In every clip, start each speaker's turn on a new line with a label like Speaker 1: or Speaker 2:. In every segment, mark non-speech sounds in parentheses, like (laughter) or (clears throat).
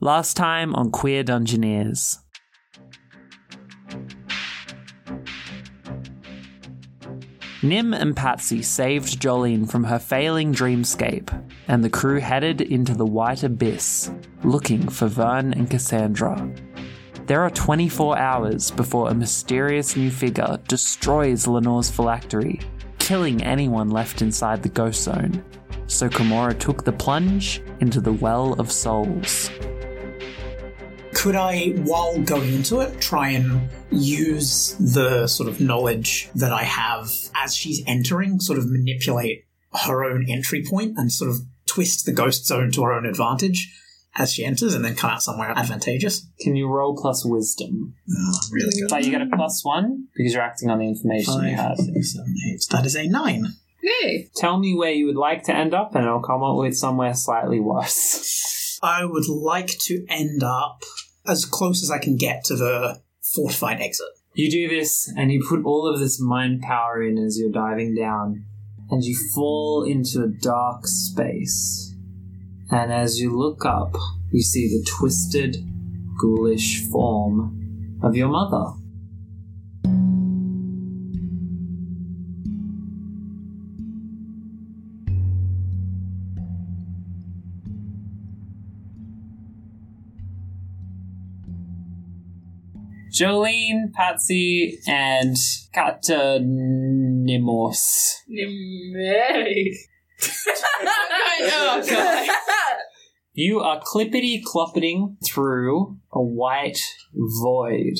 Speaker 1: Last time on Queer Dungeoneers. Nim and Patsy saved Jolene from her failing dreamscape, and the crew headed into the white abyss, looking for Vern and Cassandra. There are 24 hours before a mysterious new figure destroys Lenore's phylactery, killing anyone left inside the ghost zone. So Kimura took the plunge into the Well of Souls.
Speaker 2: Could I, while going into it, try and use the sort of knowledge that I have as she's entering, sort of manipulate her own entry point and sort of twist the ghost zone to her own advantage as she enters and then come out somewhere advantageous?
Speaker 1: Can you roll plus wisdom?
Speaker 2: Oh, I'm really good.
Speaker 1: But you get a plus one because you're acting on the information you have.
Speaker 2: Five, six, seven, eight. That is a nine.
Speaker 3: Hey.
Speaker 1: Tell me where you would like to end up, and I'll come up with somewhere slightly worse. (laughs)
Speaker 2: I would like to end up as close as I can get to the fortified exit.
Speaker 1: You do this, and you put all of this mind power in as you're diving down, and you fall into a dark space. And as you look up, you see the twisted, ghoulish form of your mother. Jolene, Patsy, and Katanimos.
Speaker 2: (laughs)
Speaker 3: Nimei.
Speaker 1: You are clippity cloppeting through a white void.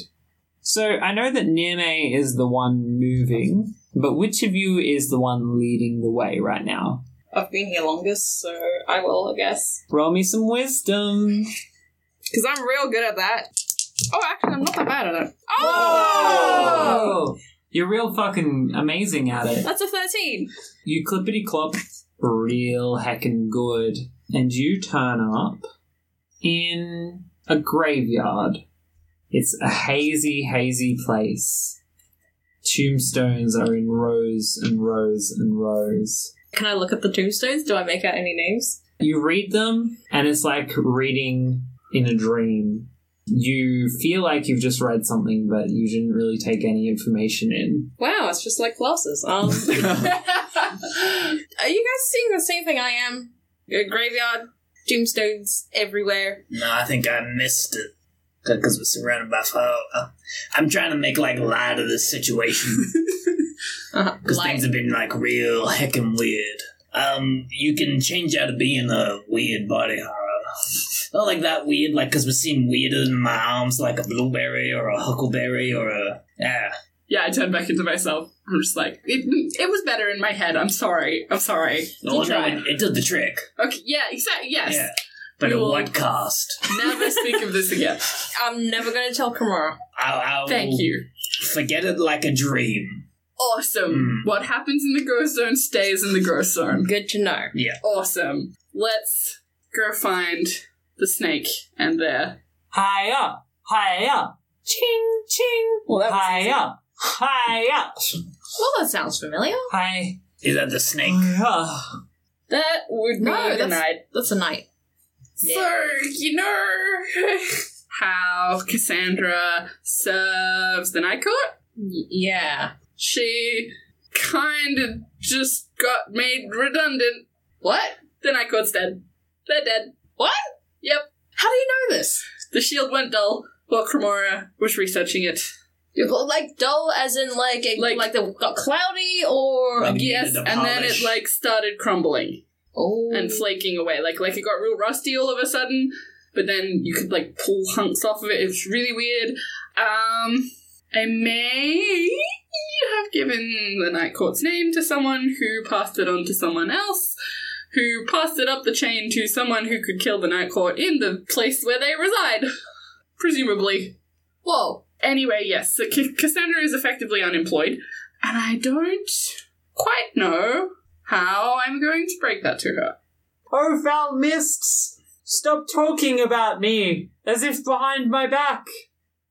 Speaker 1: So I know that Neme is the one moving, but which of you is the one leading the way right now?
Speaker 3: I've been here longest, so I will, I guess.
Speaker 1: Roll me some wisdom.
Speaker 3: Because I'm real good at that. Oh, actually, I'm not that bad at it. Oh!
Speaker 1: Oh! You're real fucking amazing at it.
Speaker 3: That's a 13.
Speaker 1: You clippity clop real heckin' good. And you turn up in a graveyard. It's a hazy, hazy place. Tombstones are in rows and rows and rows.
Speaker 3: Can I look at the tombstones? Do I make out any names?
Speaker 1: You read them, and it's like reading in a dream. You feel like you've just read something, but you didn't really take any information in.
Speaker 3: Wow, it's just like glasses. Um, (laughs) are you guys seeing the same thing I am? A graveyard, tombstones everywhere.
Speaker 4: No, I think I missed it because we're surrounded by fire. Uh, I'm trying to make like light of this situation
Speaker 3: Uh-huh.
Speaker 4: because things have been like real heckin' weird. Um, you can change out of being a weird body horror. Not like that weird, like because we're seeing weirder in my arms, like a blueberry or a huckleberry or a yeah.
Speaker 5: Yeah, I turned back into myself. I'm just like, it, it was better in my head. I'm sorry. I'm sorry.
Speaker 4: Oh,
Speaker 5: You
Speaker 4: no,
Speaker 5: tried.
Speaker 4: it, it did the trick.
Speaker 5: Okay, yeah, exactly. Yes.
Speaker 4: Yeah, but at
Speaker 5: You'll-
Speaker 4: what cost?
Speaker 5: (laughs) Never speak of this again.
Speaker 3: I'm never going to tell Kimura.
Speaker 4: I'll, I'll
Speaker 5: Thank you.
Speaker 4: Forget it like a dream.
Speaker 5: Awesome.
Speaker 4: Mm.
Speaker 5: What happens in the ghost zone stays in the ghost zone.
Speaker 3: Good to know.
Speaker 4: Yeah.
Speaker 5: Awesome. Let's go find the snake and their
Speaker 1: Hi up, hi up, ching ching.
Speaker 3: Well, that was
Speaker 1: hi up, hi up,
Speaker 3: Well, that sounds familiar.
Speaker 1: hi
Speaker 4: Is that the snake?
Speaker 1: up.
Speaker 5: That would
Speaker 3: No,
Speaker 5: be
Speaker 3: that's-
Speaker 5: the night.
Speaker 3: That's a knight.
Speaker 5: So, you know (laughs) how Cassandra serves the night court?
Speaker 3: Y- yeah.
Speaker 5: she kind of just got made redundant. What? The Night Court's dead. They're dead. What? Yep.
Speaker 3: How do you know this?
Speaker 5: The shield went dull while Cremora was researching it.
Speaker 3: You got, like dull, as in like it, like,
Speaker 5: Like-
Speaker 3: they got cloudy or
Speaker 4: Like- You
Speaker 5: yes,
Speaker 4: needed
Speaker 5: and
Speaker 4: a
Speaker 5: then
Speaker 4: polish.
Speaker 5: it like started crumbling
Speaker 3: oh
Speaker 5: and
Speaker 6: Mm.
Speaker 5: flaking away. Like like it got real rusty all of a sudden. But then you could like pull hunks off of it. It was really weird. Um, I may have given the Night Court's name to someone who passed it on to someone else, who passed it up the chain to someone who could kill the Night Court in the place where they reside, presumably.
Speaker 3: whoa.
Speaker 5: Anyway, yes, so C- Cassandra is effectively unemployed, and I don't quite know how I'm going to break that to her.
Speaker 1: Oh, foul mists! Stop talking about me as if behind my back.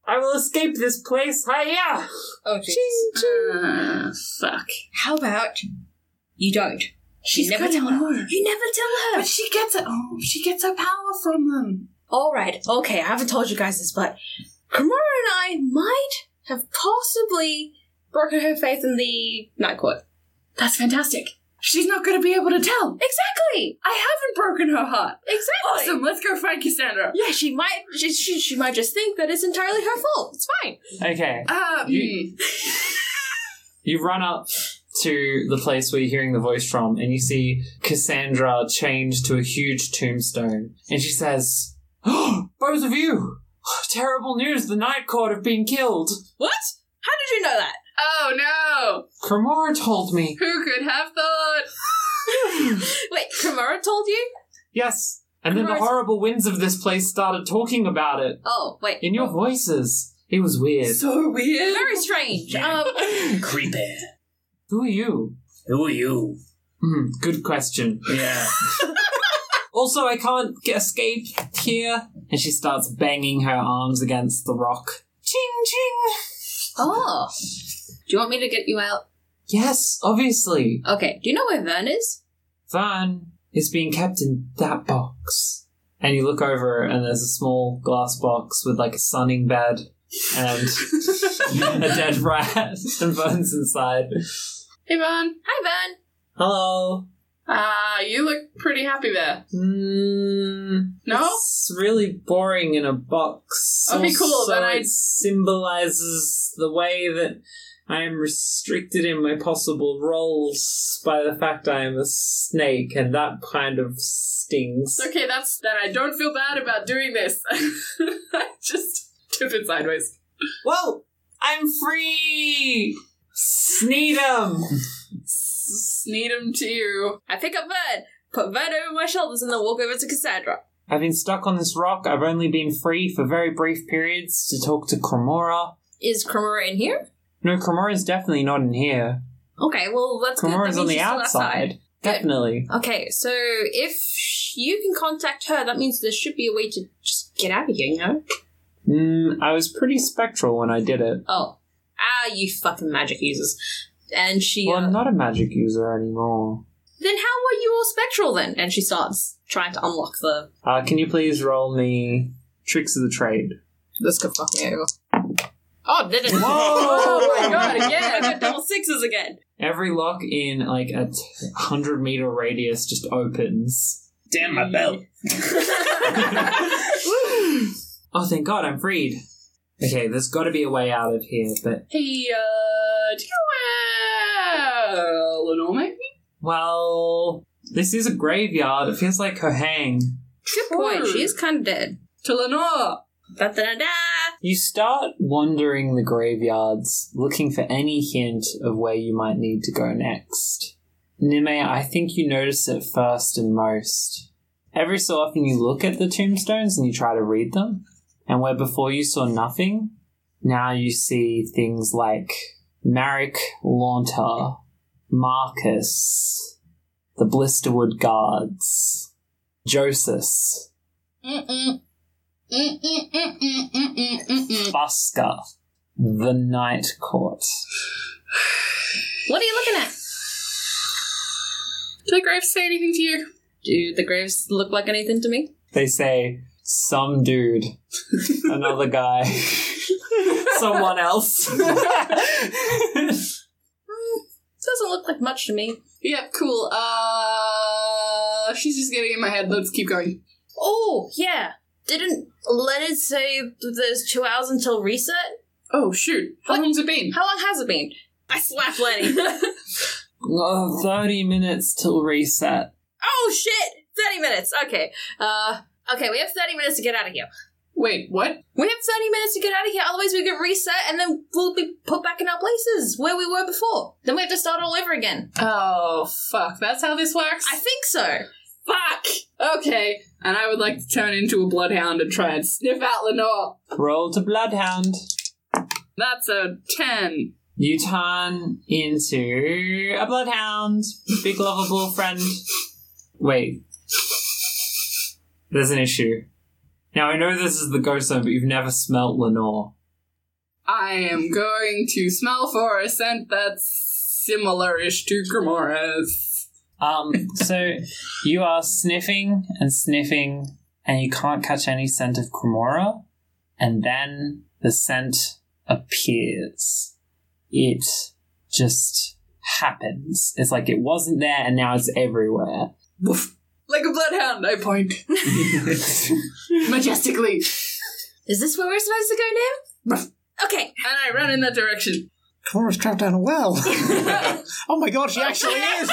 Speaker 1: I will escape this place. Hiya!
Speaker 3: Oh jeez.
Speaker 5: Ah, fuck.
Speaker 3: How about you don't?
Speaker 5: She's
Speaker 3: never
Speaker 5: never
Speaker 3: tell
Speaker 5: tell her.
Speaker 3: You never tell her.
Speaker 5: she gets it. Oh, she gets her power from them.
Speaker 6: All right, okay, I haven't told you guys this, but Kimura and I might have possibly broken her faith in the night court.
Speaker 5: That's fantastic. She's not going to be able to tell.
Speaker 6: Exactly,
Speaker 5: I haven't broken her heart.
Speaker 6: exactly.
Speaker 5: Awesome. Let's go find Cassandra.
Speaker 6: Yeah, she might. She, she, she might just think that it's entirely her fault. It's fine.
Speaker 1: Okay.
Speaker 5: Um,
Speaker 6: Hmm.
Speaker 1: You- You run up to the place where you're hearing the voice from, and you see Cassandra changed to a huge tombstone. And she says, oh, Both of you! Terrible news! The Night Court have been killed!
Speaker 6: What? How did you know that?
Speaker 5: oh no!
Speaker 1: Cremora told me.
Speaker 5: Who could have thought?
Speaker 6: Wait, Kimura told you?
Speaker 1: Yes! And then the
Speaker 6: Cremora-
Speaker 1: horrible winds of this place started talking about it
Speaker 6: Oh, wait.
Speaker 1: in your voices. It was weird.
Speaker 5: So weird.
Speaker 6: Very strange.
Speaker 4: Yeah.
Speaker 6: Um,
Speaker 4: Creepy.
Speaker 1: Who are you?
Speaker 4: Who are you?
Speaker 1: Hmm, good question.
Speaker 4: Yeah.
Speaker 1: Also, I can't get escape here. And she starts banging her arms against the rock. Ching ching!
Speaker 6: oh. Do you want me to get you out?
Speaker 1: Yes, obviously.
Speaker 6: Okay. Do you know where Vern is?
Speaker 1: Van is being kept in that box. And you look over, and there's a small glass box with like a sunning bed and a dead rat (laughs) and bones inside.
Speaker 5: Hey, Vaughn.
Speaker 6: Hi, Vern.
Speaker 1: Hello.
Speaker 5: Ah, you look pretty happy there.
Speaker 1: Mm,
Speaker 5: No?
Speaker 1: It's really boring in a box.
Speaker 5: Okay, cool,
Speaker 1: Also,
Speaker 5: then I-
Speaker 1: it symbolizes the way that I am restricted in my possible roles by the fact I am a snake, and that kind of stings.
Speaker 5: It's okay. That's that. I don't feel bad about doing this. (laughs) I just tip it sideways.
Speaker 1: Well, I'm free. Sneedum.
Speaker 5: Sneed him to you.
Speaker 6: I pick up Vern, put Vern over my shoulders, and then walk over to Cassandra.
Speaker 1: (laughs) I've been stuck on this rock. I've only been free for very brief periods to talk to Cremora.
Speaker 6: Is Kimura in here?
Speaker 1: No, Cremora's definitely not in here.
Speaker 6: Okay. Well, that's good.
Speaker 1: Cremora's
Speaker 6: That
Speaker 1: on
Speaker 6: means
Speaker 1: the
Speaker 6: she's still
Speaker 1: outside. Definitely.
Speaker 6: Okay, so if sh- you can contact her, that means there should be a way to just get out of here, you know?
Speaker 1: Mm, I was pretty spectral when I did it.
Speaker 6: Oh. Ah, you fucking magic users. And she.
Speaker 1: Well,
Speaker 6: uh,
Speaker 1: I'm not a magic user anymore.
Speaker 6: Then how were you all spectral then? And she starts trying to unlock the.
Speaker 1: Uh, can you please roll me tricks of the trade?
Speaker 6: Let's go fuck me over. Oh, did it?
Speaker 1: Whoa!
Speaker 6: oh my god, again! I got double sixes again.
Speaker 1: Every lock in like a t- hundred meter radius just opens. (laughs)
Speaker 4: Damn my belt.
Speaker 5: (laughs)
Speaker 1: Oh, thank God, I'm freed. Okay, there's got to be a way out of here, but
Speaker 5: Hey, uh, do you know where Lenore might be?
Speaker 1: well, this is a graveyard. It feels like her hang.
Speaker 6: Good point, she is kind of dead.
Speaker 5: To Lenore.
Speaker 6: Da da da da!
Speaker 1: You start wandering the graveyards, looking for any hint of where you might need to go next. Nime, I think you notice it first and most. Every so often you look at the tombstones and you try to read them, and where before you saw nothing, now you see things like Marek Launter, Marcus, the Blisterwood Guards, Josus,
Speaker 5: Mm-mm. Mm-mm, mm-mm, mm-mm, mm-mm.
Speaker 1: Busker, the Night Court.
Speaker 6: What are you looking at?
Speaker 5: Did the grave say anything to you?
Speaker 6: Do the graves look like anything to me?
Speaker 1: they say some dude, another guy, someone else.
Speaker 6: Hmm, Doesn't look like much to me.
Speaker 5: Yep, cool. Uh, she's just getting in my head. Let's keep going.
Speaker 6: Oh, yeah. Didn't Leonard say there's two hours until reset?
Speaker 5: Oh, shoot. How long's it been?
Speaker 6: How long has it been? I slapped Lenny.
Speaker 1: Oh, 30 minutes till reset.
Speaker 6: (laughs) oh shit! 30 minutes. Okay. Uh okay, we have 30 minutes to get out of here.
Speaker 5: Wait, what?
Speaker 6: We have 30 minutes to get out of here, otherwise we get reset and then we'll be put back in our places where we were before. Then we have to start all over again.
Speaker 5: Oh, fuck. That's how this works?
Speaker 6: I think so.
Speaker 5: fuck! Okay. And I would like to turn into a bloodhound and try and sniff out Lenore.
Speaker 1: Roll to Bloodhound.
Speaker 5: That's a 10.
Speaker 1: You turn into a Bloodhound. Big lovable friend. Wait. There's an issue. Now, I know this is the ghost zone, but you've never smelt Lenore.
Speaker 5: I am going to smell for a scent that's similar-ish to Grimora's.
Speaker 1: Um, so you are sniffing and sniffing and you can't catch any scent of Cremora, and then the scent appears. It just happens. It's like it wasn't there and now it's everywhere.
Speaker 5: Like a bloodhound, I (laughs) point. Majestically.
Speaker 6: Is this where we're supposed to go now? Okay.
Speaker 5: And I run in that direction.
Speaker 2: Cora's trapped down a well. (laughs) oh my god, she actually
Speaker 6: (laughs)
Speaker 2: is.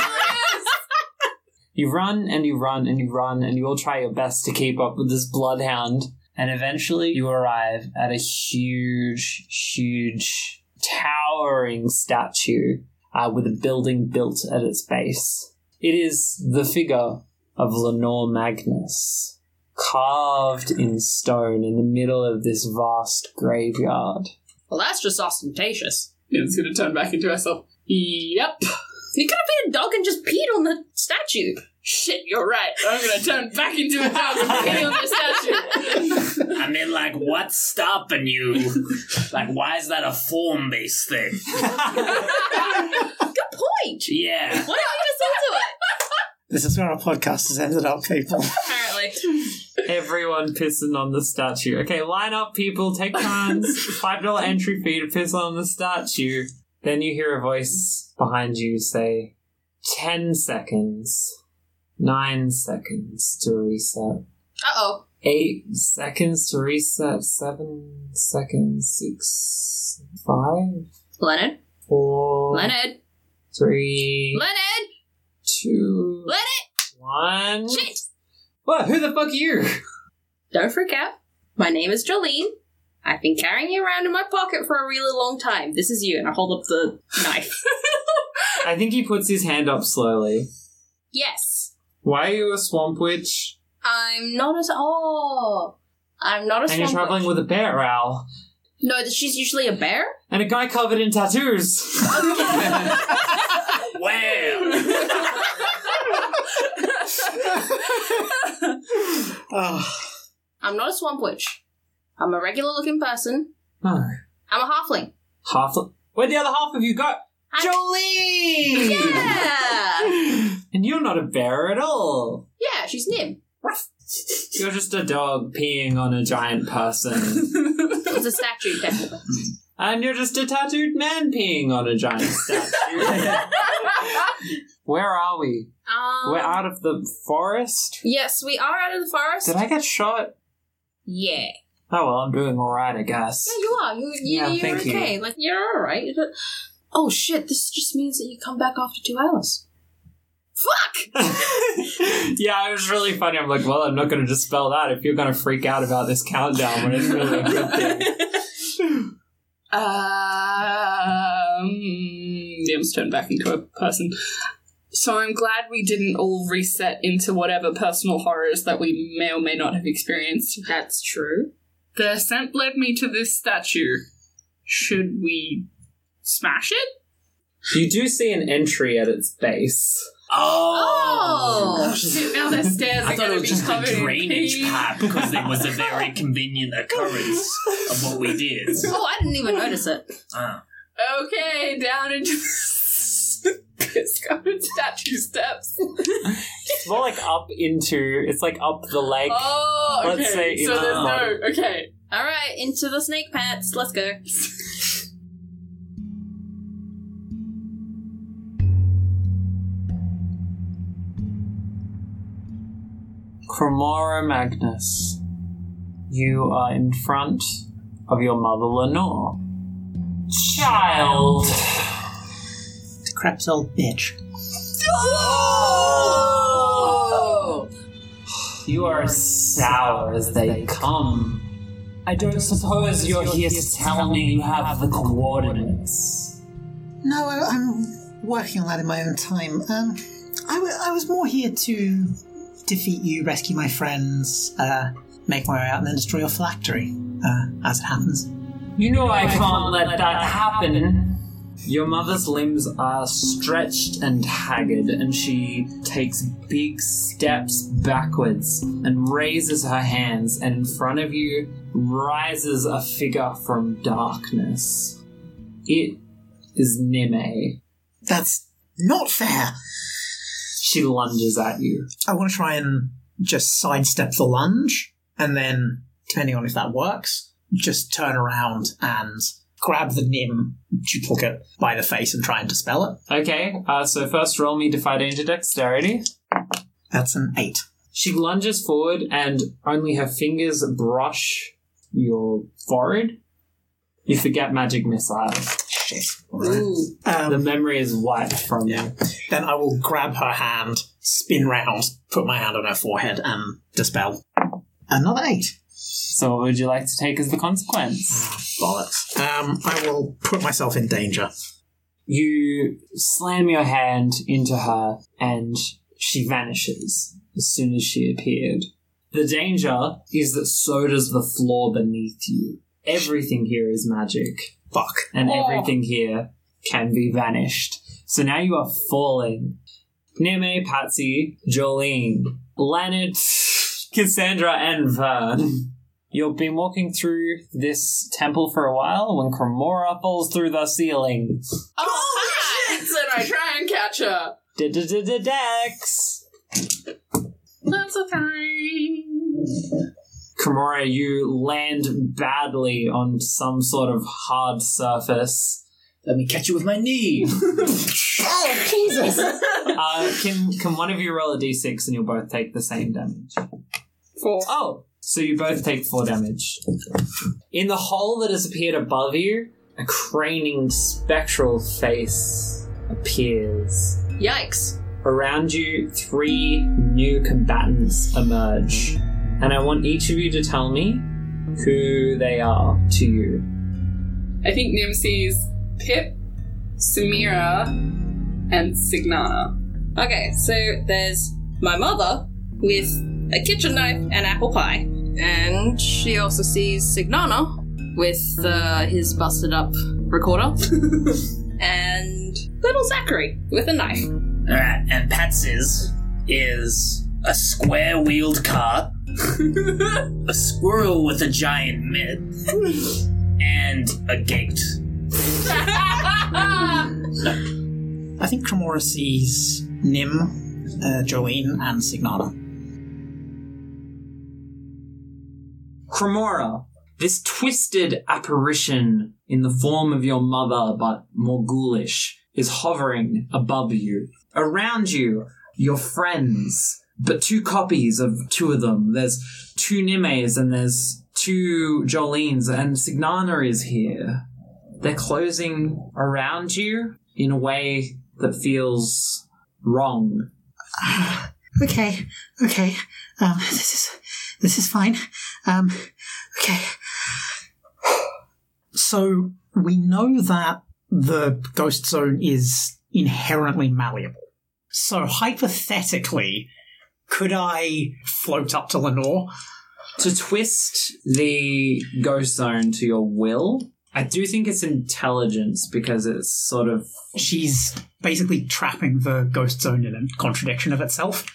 Speaker 1: You run and you run and you run and you all try your best to keep up with this bloodhound. And eventually you arrive at a huge, huge, towering statue uh, with a building built at its base. It is the figure of Lenore Magnus, carved in stone in the middle of this vast graveyard.
Speaker 7: Well, that's just ostentatious.
Speaker 5: And it's gonna turn back into myself. Yep.
Speaker 7: He could have been a dog and just peed on the
Speaker 5: (laughs)
Speaker 7: statue.
Speaker 5: Shit, you're right. I'm gonna turn back into a dog (laughs) and pee on the statue.
Speaker 4: I mean, like, what's stopping you? like, why is that a form based thing?
Speaker 7: Good point. Why
Speaker 4: Yeah.
Speaker 7: don't
Speaker 5: (laughs)
Speaker 2: This is where our podcast has ended up, people.
Speaker 7: you just into it? Apparently.
Speaker 1: Everyone pissing on the statue. Okay, line up, people. Take turns. Five dollar entry fee to piss on the statue. Then you hear a voice behind you say, 10 seconds, 9 seconds to reset,
Speaker 7: Uh oh.
Speaker 1: 8 seconds to reset, 7 seconds, 6, 5,
Speaker 7: Leonard.
Speaker 1: 4,
Speaker 7: Leonard.
Speaker 1: 3,
Speaker 7: Leonard.
Speaker 1: 2,
Speaker 7: Leonard.
Speaker 1: 1.
Speaker 7: Shit.
Speaker 1: What? Who the fuck are you?
Speaker 7: Don't freak out. My name is Jolene. I've been carrying you around in my pocket for a really long time. This is you, and I hold up the (laughs) knife.
Speaker 1: I think he puts his hand up slowly.
Speaker 7: yes,
Speaker 1: Why are you a swamp witch?
Speaker 7: I'm not at all. I'm not a
Speaker 1: and you're
Speaker 7: swamp
Speaker 1: traveling
Speaker 7: witch.
Speaker 1: with a bear owl
Speaker 7: No, th- she's usually a
Speaker 1: (laughs)
Speaker 7: bear.
Speaker 1: and a guy covered in tattoos.
Speaker 6: (laughs)
Speaker 4: Wow.
Speaker 2: Oh,
Speaker 7: I'm not a swamp witch. I'm a regular looking person.
Speaker 1: no.
Speaker 7: I'm a halfling.
Speaker 1: Half. Where'd the other half of you go?
Speaker 7: I-
Speaker 1: Jolene!
Speaker 7: (laughs) Yeah,
Speaker 1: And you're not a bear at all.
Speaker 7: yeah, she's Nim.
Speaker 1: You're just a dog peeing on a
Speaker 7: (laughs)
Speaker 1: giant person.
Speaker 7: It's a statue, technically.
Speaker 1: and you're just a tattooed man peeing on a
Speaker 7: (laughs)
Speaker 1: giant statue. (laughs) Where are we?
Speaker 7: Um,
Speaker 1: We're out of the forest?
Speaker 7: Yes, we are out of the forest.
Speaker 1: Did I get shot?
Speaker 7: Yeah.
Speaker 1: Oh well, I'm doing alright, I guess.
Speaker 7: Yeah, you are. You, you,
Speaker 1: Yeah,
Speaker 7: you're
Speaker 1: thank you.
Speaker 7: okay. Like, you're alright. You don't- Oh shit, this just means that you come back after two hours.
Speaker 1: (laughs)
Speaker 7: Fuck!
Speaker 1: yeah, it was really funny. I'm like, well, I'm not going to dispel that if you're going to freak out about this countdown when it's really a good thing.
Speaker 5: Um, Nim's turned back into a person. So I'm glad we didn't all reset into whatever personal horrors that we may or may not have experienced.
Speaker 7: That's true.
Speaker 5: The scent led me to this statue. Should we smash it?
Speaker 1: (laughs) You do see an entry at its base.
Speaker 4: Oh.
Speaker 7: Oh!
Speaker 5: Shit, (laughs) now the stairs
Speaker 4: I
Speaker 5: are
Speaker 4: thought
Speaker 5: going
Speaker 4: it
Speaker 5: to
Speaker 4: was
Speaker 5: be
Speaker 4: just
Speaker 5: covered
Speaker 4: a
Speaker 5: in
Speaker 4: drainage
Speaker 5: pee.
Speaker 4: pipe because it
Speaker 5: (laughs)
Speaker 4: was a very convenient occurrence of what we did.
Speaker 7: (laughs)
Speaker 5: (laughs)
Speaker 7: Oh, I didn't even notice it.
Speaker 4: Ah.
Speaker 5: Okay, down into (laughs) piss covered statue steps.
Speaker 1: It's more like up into, it's like up the leg.
Speaker 5: Oh, okay.
Speaker 1: Let's say
Speaker 5: so
Speaker 1: it's
Speaker 5: there's
Speaker 1: not.
Speaker 5: no. Okay.
Speaker 7: Alright, into the snake pants. Let's go.
Speaker 1: Cromora Magnus, you are in front of your mother Lenore. Child!
Speaker 2: crap's old bitch.
Speaker 7: Oh!
Speaker 1: You are sour as they come. I don't suppose you're here to tell me you have the coordinates.
Speaker 2: No, I, I'm working on that in my own time. Um, I, w- I was more here to defeat you, rescue my friends, uh, make my way out, and then destroy your phylactery, uh, as it happens.
Speaker 1: You know I can't let that happen. Your mother's limbs are stretched and haggard, and she takes big steps backwards and raises her hands, and in front of you rises a figure from darkness. It is Nime.
Speaker 2: That's not fair!
Speaker 1: She lunges at you.
Speaker 2: I want to try and just sidestep the lunge, and then, depending on if that works, just turn around and grab the Nim duplicate by the face and try and dispel it.
Speaker 1: Okay, uh, so first roll me Defy Danger Dexterity.
Speaker 2: That's an eight.
Speaker 1: She lunges forward and only her fingers brush your forehead. You forget magic missile.
Speaker 2: Shit. All right. Um,
Speaker 1: The memory is wiped from you.
Speaker 2: Yeah. Then I will grab her hand, spin round, put my hand on her forehead, and dispel. Another eight. (sighs)
Speaker 1: So, what would you like to take as the consequence?
Speaker 2: Bollocks. Um, I will put myself in danger.
Speaker 1: You slam your hand into her, and she vanishes as soon as she appeared. The danger is that so does the floor beneath you. Everything here is magic,
Speaker 2: Fuck.
Speaker 1: and everything here can be vanished. So now you are falling. Neme, Patsy, Jolene, Leonard, Cassandra, and Vern. You've been walking through this temple for a while when Cremora falls through the ceiling.
Speaker 5: and I try and catch her.
Speaker 1: Dex.
Speaker 5: That's a three.
Speaker 1: Kimura, you land badly on some sort of hard surface.
Speaker 4: Let me catch you with my knee.
Speaker 2: Oh, Jesus!
Speaker 1: Uh, can can one of you roll a d6 and you'll both take the same damage?
Speaker 3: Four.
Speaker 1: Oh, so you both take four damage. In the hole that has appeared above you, a craning spectral face appears.
Speaker 5: Yikes.
Speaker 1: Around you, three new combatants emerge, and I want each of you to tell me who they are to you.
Speaker 5: I think Nim sees Pip, Samira, and Signana.
Speaker 7: Okay, so there's my mother with a kitchen knife and apple pie. And she also sees Signana with uh, his busted up
Speaker 1: (laughs)
Speaker 7: recorder. and little Zachary with a knife.
Speaker 1: (laughs)
Speaker 4: All right, and Patsy's is a square wheeled
Speaker 5: (laughs)
Speaker 4: cart, a squirrel with a giant mitt, and a gate.
Speaker 2: I think Cremora sees Nim, uh, Jolene, and Signana.
Speaker 1: Cremora, this twisted apparition in the form of your mother, but more ghoulish, is hovering above you. Around you, your friends, but two copies of two of them. There's two Nimes and there's two Jolenes, and Signana is here. They're closing around you in a way that feels wrong.
Speaker 2: Okay, okay. Um, this is this is fine. Um, okay. So we know that the ghost zone is inherently malleable. So hypothetically, could I float up to Lenore?
Speaker 1: to twist the ghost zone to your will. I do think it's intelligence because it's sort of
Speaker 2: She's basically trapping the ghost zone in a contradiction of itself.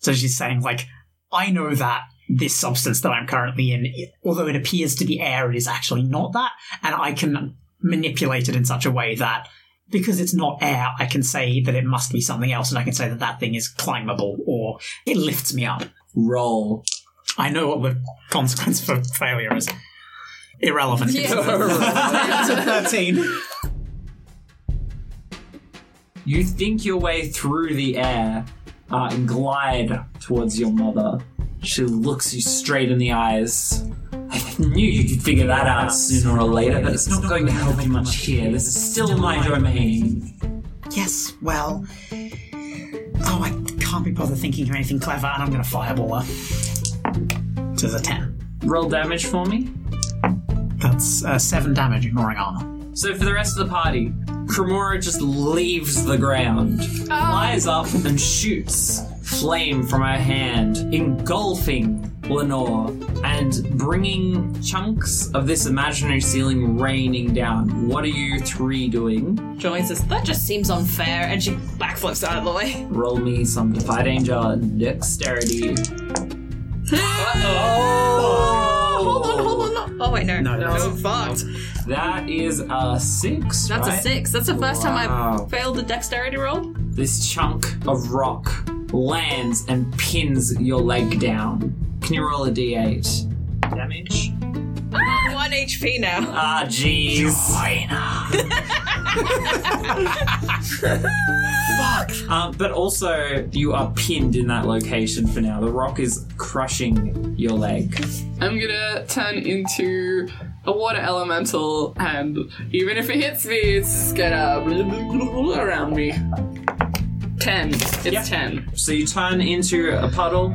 Speaker 2: So she's saying, like, I know that this substance that I'm currently in, although it appears to be air, it is actually not that, and I can manipulate it in such a way that because it's not air, I can say that it must be something else, and I can say that that thing is climbable or it lifts me up.
Speaker 1: roll.
Speaker 2: I know what the consequence for failure is. Irrelevant. it's a 13.
Speaker 1: You think your way through the air uh, and glide towards your mother. She looks you straight in the eyes. I knew you could figure that out sooner or later, but it's not going to help you much here. This is still my domain.
Speaker 2: (laughs) Yes, well. Oh, I can't be bothered thinking of anything clever, and I'm going to fireball her. To the 10.
Speaker 1: Roll damage for me.
Speaker 2: That's uh, 7 damage, ignoring armor.
Speaker 1: So for the rest of the party, Cremora just leaves the ground,
Speaker 7: Oh.
Speaker 1: flies up and shoots flame from her hand, engulfing Lenore and bringing chunks of this imaginary ceiling raining down. What are you three doing?
Speaker 7: Jolene says, that just seems unfair. And she backflips out of the (laughs) way.
Speaker 1: Roll me some Defy Danger Dexterity.
Speaker 7: Hold on, hold on. no- Oh, wait, no.
Speaker 2: No, that's-
Speaker 7: I'm fucked.
Speaker 1: That is a six.
Speaker 7: That's a
Speaker 1: right?
Speaker 7: six. That's the first time
Speaker 1: Wow.
Speaker 7: I've failed a dexterity roll.
Speaker 1: This chunk of rock lands and pins your leg down. Can you roll a d8 damage?
Speaker 7: Ah! One HP now.
Speaker 1: Ah, jeez. Fuck. Um, but also, you are pinned in that location for now. The rock is crushing your leg.
Speaker 5: I'm gonna turn into a water elemental, and even if it hits me, it's gonna around me. Ten. It's
Speaker 1: Yeah.
Speaker 5: ten.
Speaker 1: So you turn into a puddle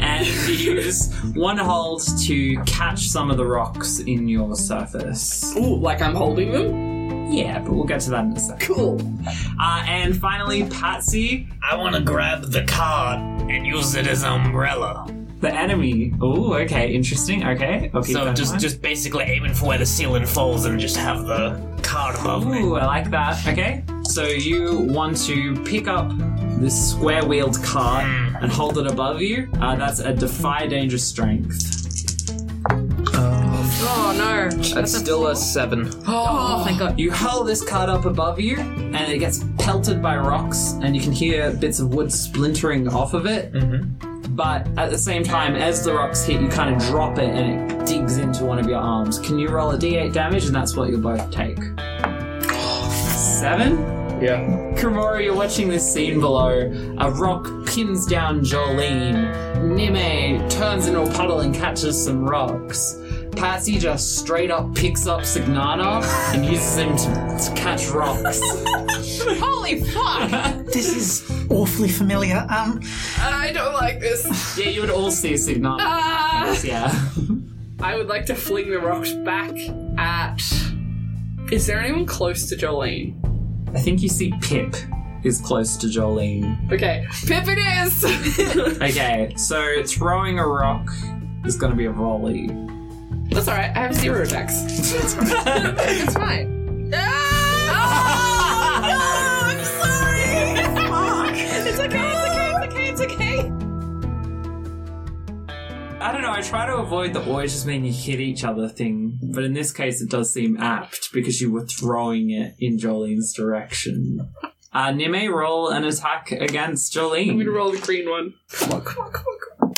Speaker 1: and you use one hold to catch some of the rocks in your surface.
Speaker 5: Ooh, like I'm holding them.
Speaker 1: Yeah, but we'll get to that in a second.
Speaker 5: Cool.
Speaker 1: Uh, and finally, Patsy,
Speaker 4: I want to grab the card and use it as an umbrella.
Speaker 1: the enemy. Ooh, okay, interesting. Okay, okay.
Speaker 4: so just just basically aiming for where the ceiling falls and just have the card above me.
Speaker 1: Ooh, I like that. Okay. So you want to pick up this square wheeled cart
Speaker 4: Hmm.
Speaker 1: and hold it above you. Uh, that's a defy danger strength.
Speaker 7: Oh no.
Speaker 8: That's still a seven.
Speaker 7: Oh, thank god.
Speaker 1: You hurl this cart up above you, and it gets pelted by rocks, and you can hear bits of wood splintering off of it. But at the same time, as the rocks hit, you kind of drop it and it digs into one of your arms. Can you roll a d8 damage, and that's what you'll both take? Seven?
Speaker 8: Yeah.
Speaker 1: Kimura, you're watching this scene below. A rock pins down Jolene. Nime turns into a puddle and catches some rocks. Patsy just straight up picks up Signana and uses him to, to catch (laughs) rocks.
Speaker 7: Holy fuck!
Speaker 2: This is awfully familiar. Um,
Speaker 5: I don't
Speaker 1: (laughs)
Speaker 5: like this.
Speaker 1: yeah, you would all see Signana.
Speaker 5: Ah!
Speaker 1: Yeah.
Speaker 5: I would like to fling the rocks back at. Is there anyone close to Jolene?
Speaker 1: I think you see Pip is close to Jolene.
Speaker 5: Okay, Pip it (laughs) is!
Speaker 1: Okay, so throwing a rock is going to be a volley. (laughs)
Speaker 5: That's alright, I have zero attacks.
Speaker 7: It's fine. Ah! Oh,
Speaker 1: I don't know, I try to avoid the always just mean you hit each other thing, but in this case it does seem apt because you were throwing it in Jolene's direction. Uh, Nime, roll an attack against Jolene.
Speaker 5: I'm gonna roll the green one. Come on, come on, come on, come on.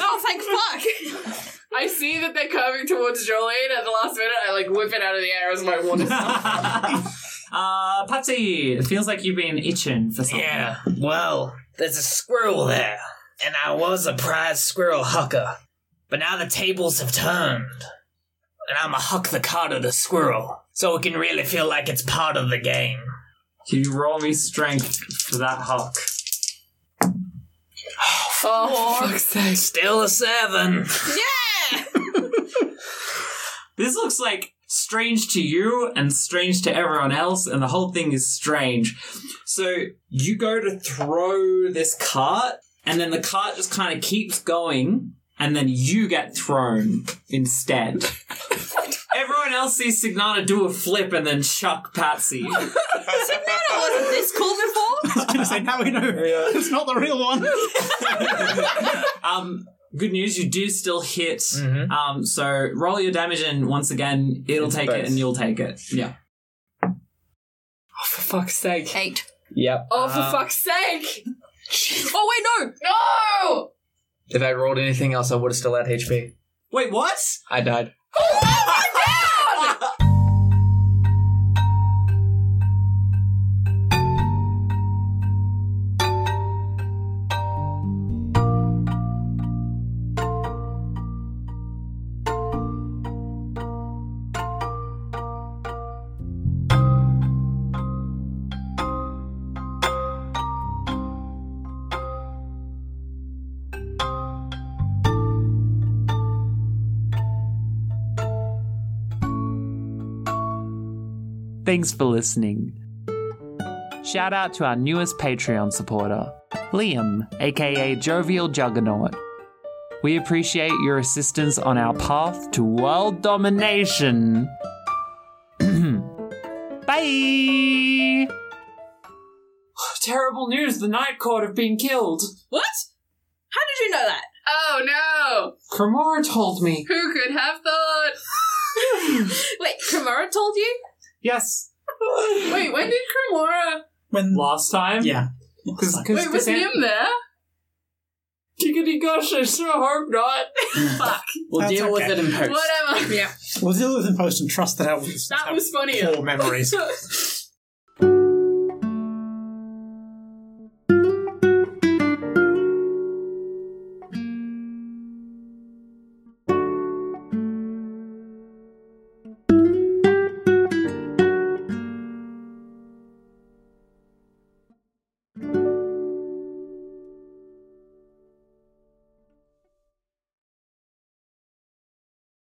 Speaker 7: Oh, thank fuck!
Speaker 5: I see that they're curving towards Jolene at the last minute, I like whip it out of the air as my (laughs) Oh,
Speaker 1: (laughs) uh,
Speaker 5: water
Speaker 1: Patsy, it feels like you've been itching for something.
Speaker 4: Yeah. Well, there's a squirrel there, and I was a prize squirrel hucker, but now the tables have turned, and I'm a huck the card of the squirrel, so it can really feel like it's part of the game.
Speaker 1: Can you roll me strength for that hawk?
Speaker 5: Oh,
Speaker 4: Still a seven.
Speaker 1: This looks like strange to you and strange to everyone else, and the whole thing is strange. So you go to throw this cart, and then the cart just kind of keeps going, and then you get thrown instead. everyone else sees Signana do a flip and then chuck Patsy.
Speaker 7: Wasn't this cool before?
Speaker 2: I was going to say, now we know. It's not the real one.
Speaker 1: um, good news, you do still hit. Um, so roll your damage, and once again, it'll take it,
Speaker 8: both.
Speaker 1: and you'll take it. Yeah.
Speaker 5: for fuck's sake.
Speaker 7: Eight.
Speaker 8: Yep.
Speaker 5: Oh, for fuck's sake!
Speaker 7: Oh, wait, no!
Speaker 5: No!
Speaker 8: If I rolled anything else, I would have still had HP.
Speaker 1: Wait, what?
Speaker 8: I died.
Speaker 1: Thanks for listening. Shout out to our newest Patreon supporter, Liam, aka Jovial Juggernaut. We appreciate your assistance on our path to world domination. (clears throat) Bye! Terrible news the Night Court have been killed.
Speaker 7: What? How did you know that?
Speaker 5: Oh no!
Speaker 1: Cremora told me.
Speaker 5: Who could have thought?
Speaker 7: Wait, Kimura told you?
Speaker 1: Yes.
Speaker 5: Wait, when did Cremora
Speaker 2: When
Speaker 5: Last time?
Speaker 2: yeah,
Speaker 5: Because
Speaker 6: Wait, was
Speaker 5: Cassandra.
Speaker 6: Nim there?
Speaker 5: Giggity gosh, I sure hope not.
Speaker 9: We'll
Speaker 2: That's
Speaker 9: deal with
Speaker 2: okay.
Speaker 9: it in post.
Speaker 6: Whatever. yeah.
Speaker 2: we'll deal with it in post and trust that our listeners
Speaker 6: That
Speaker 2: have
Speaker 6: (laughs) was funnier.
Speaker 2: poor memories.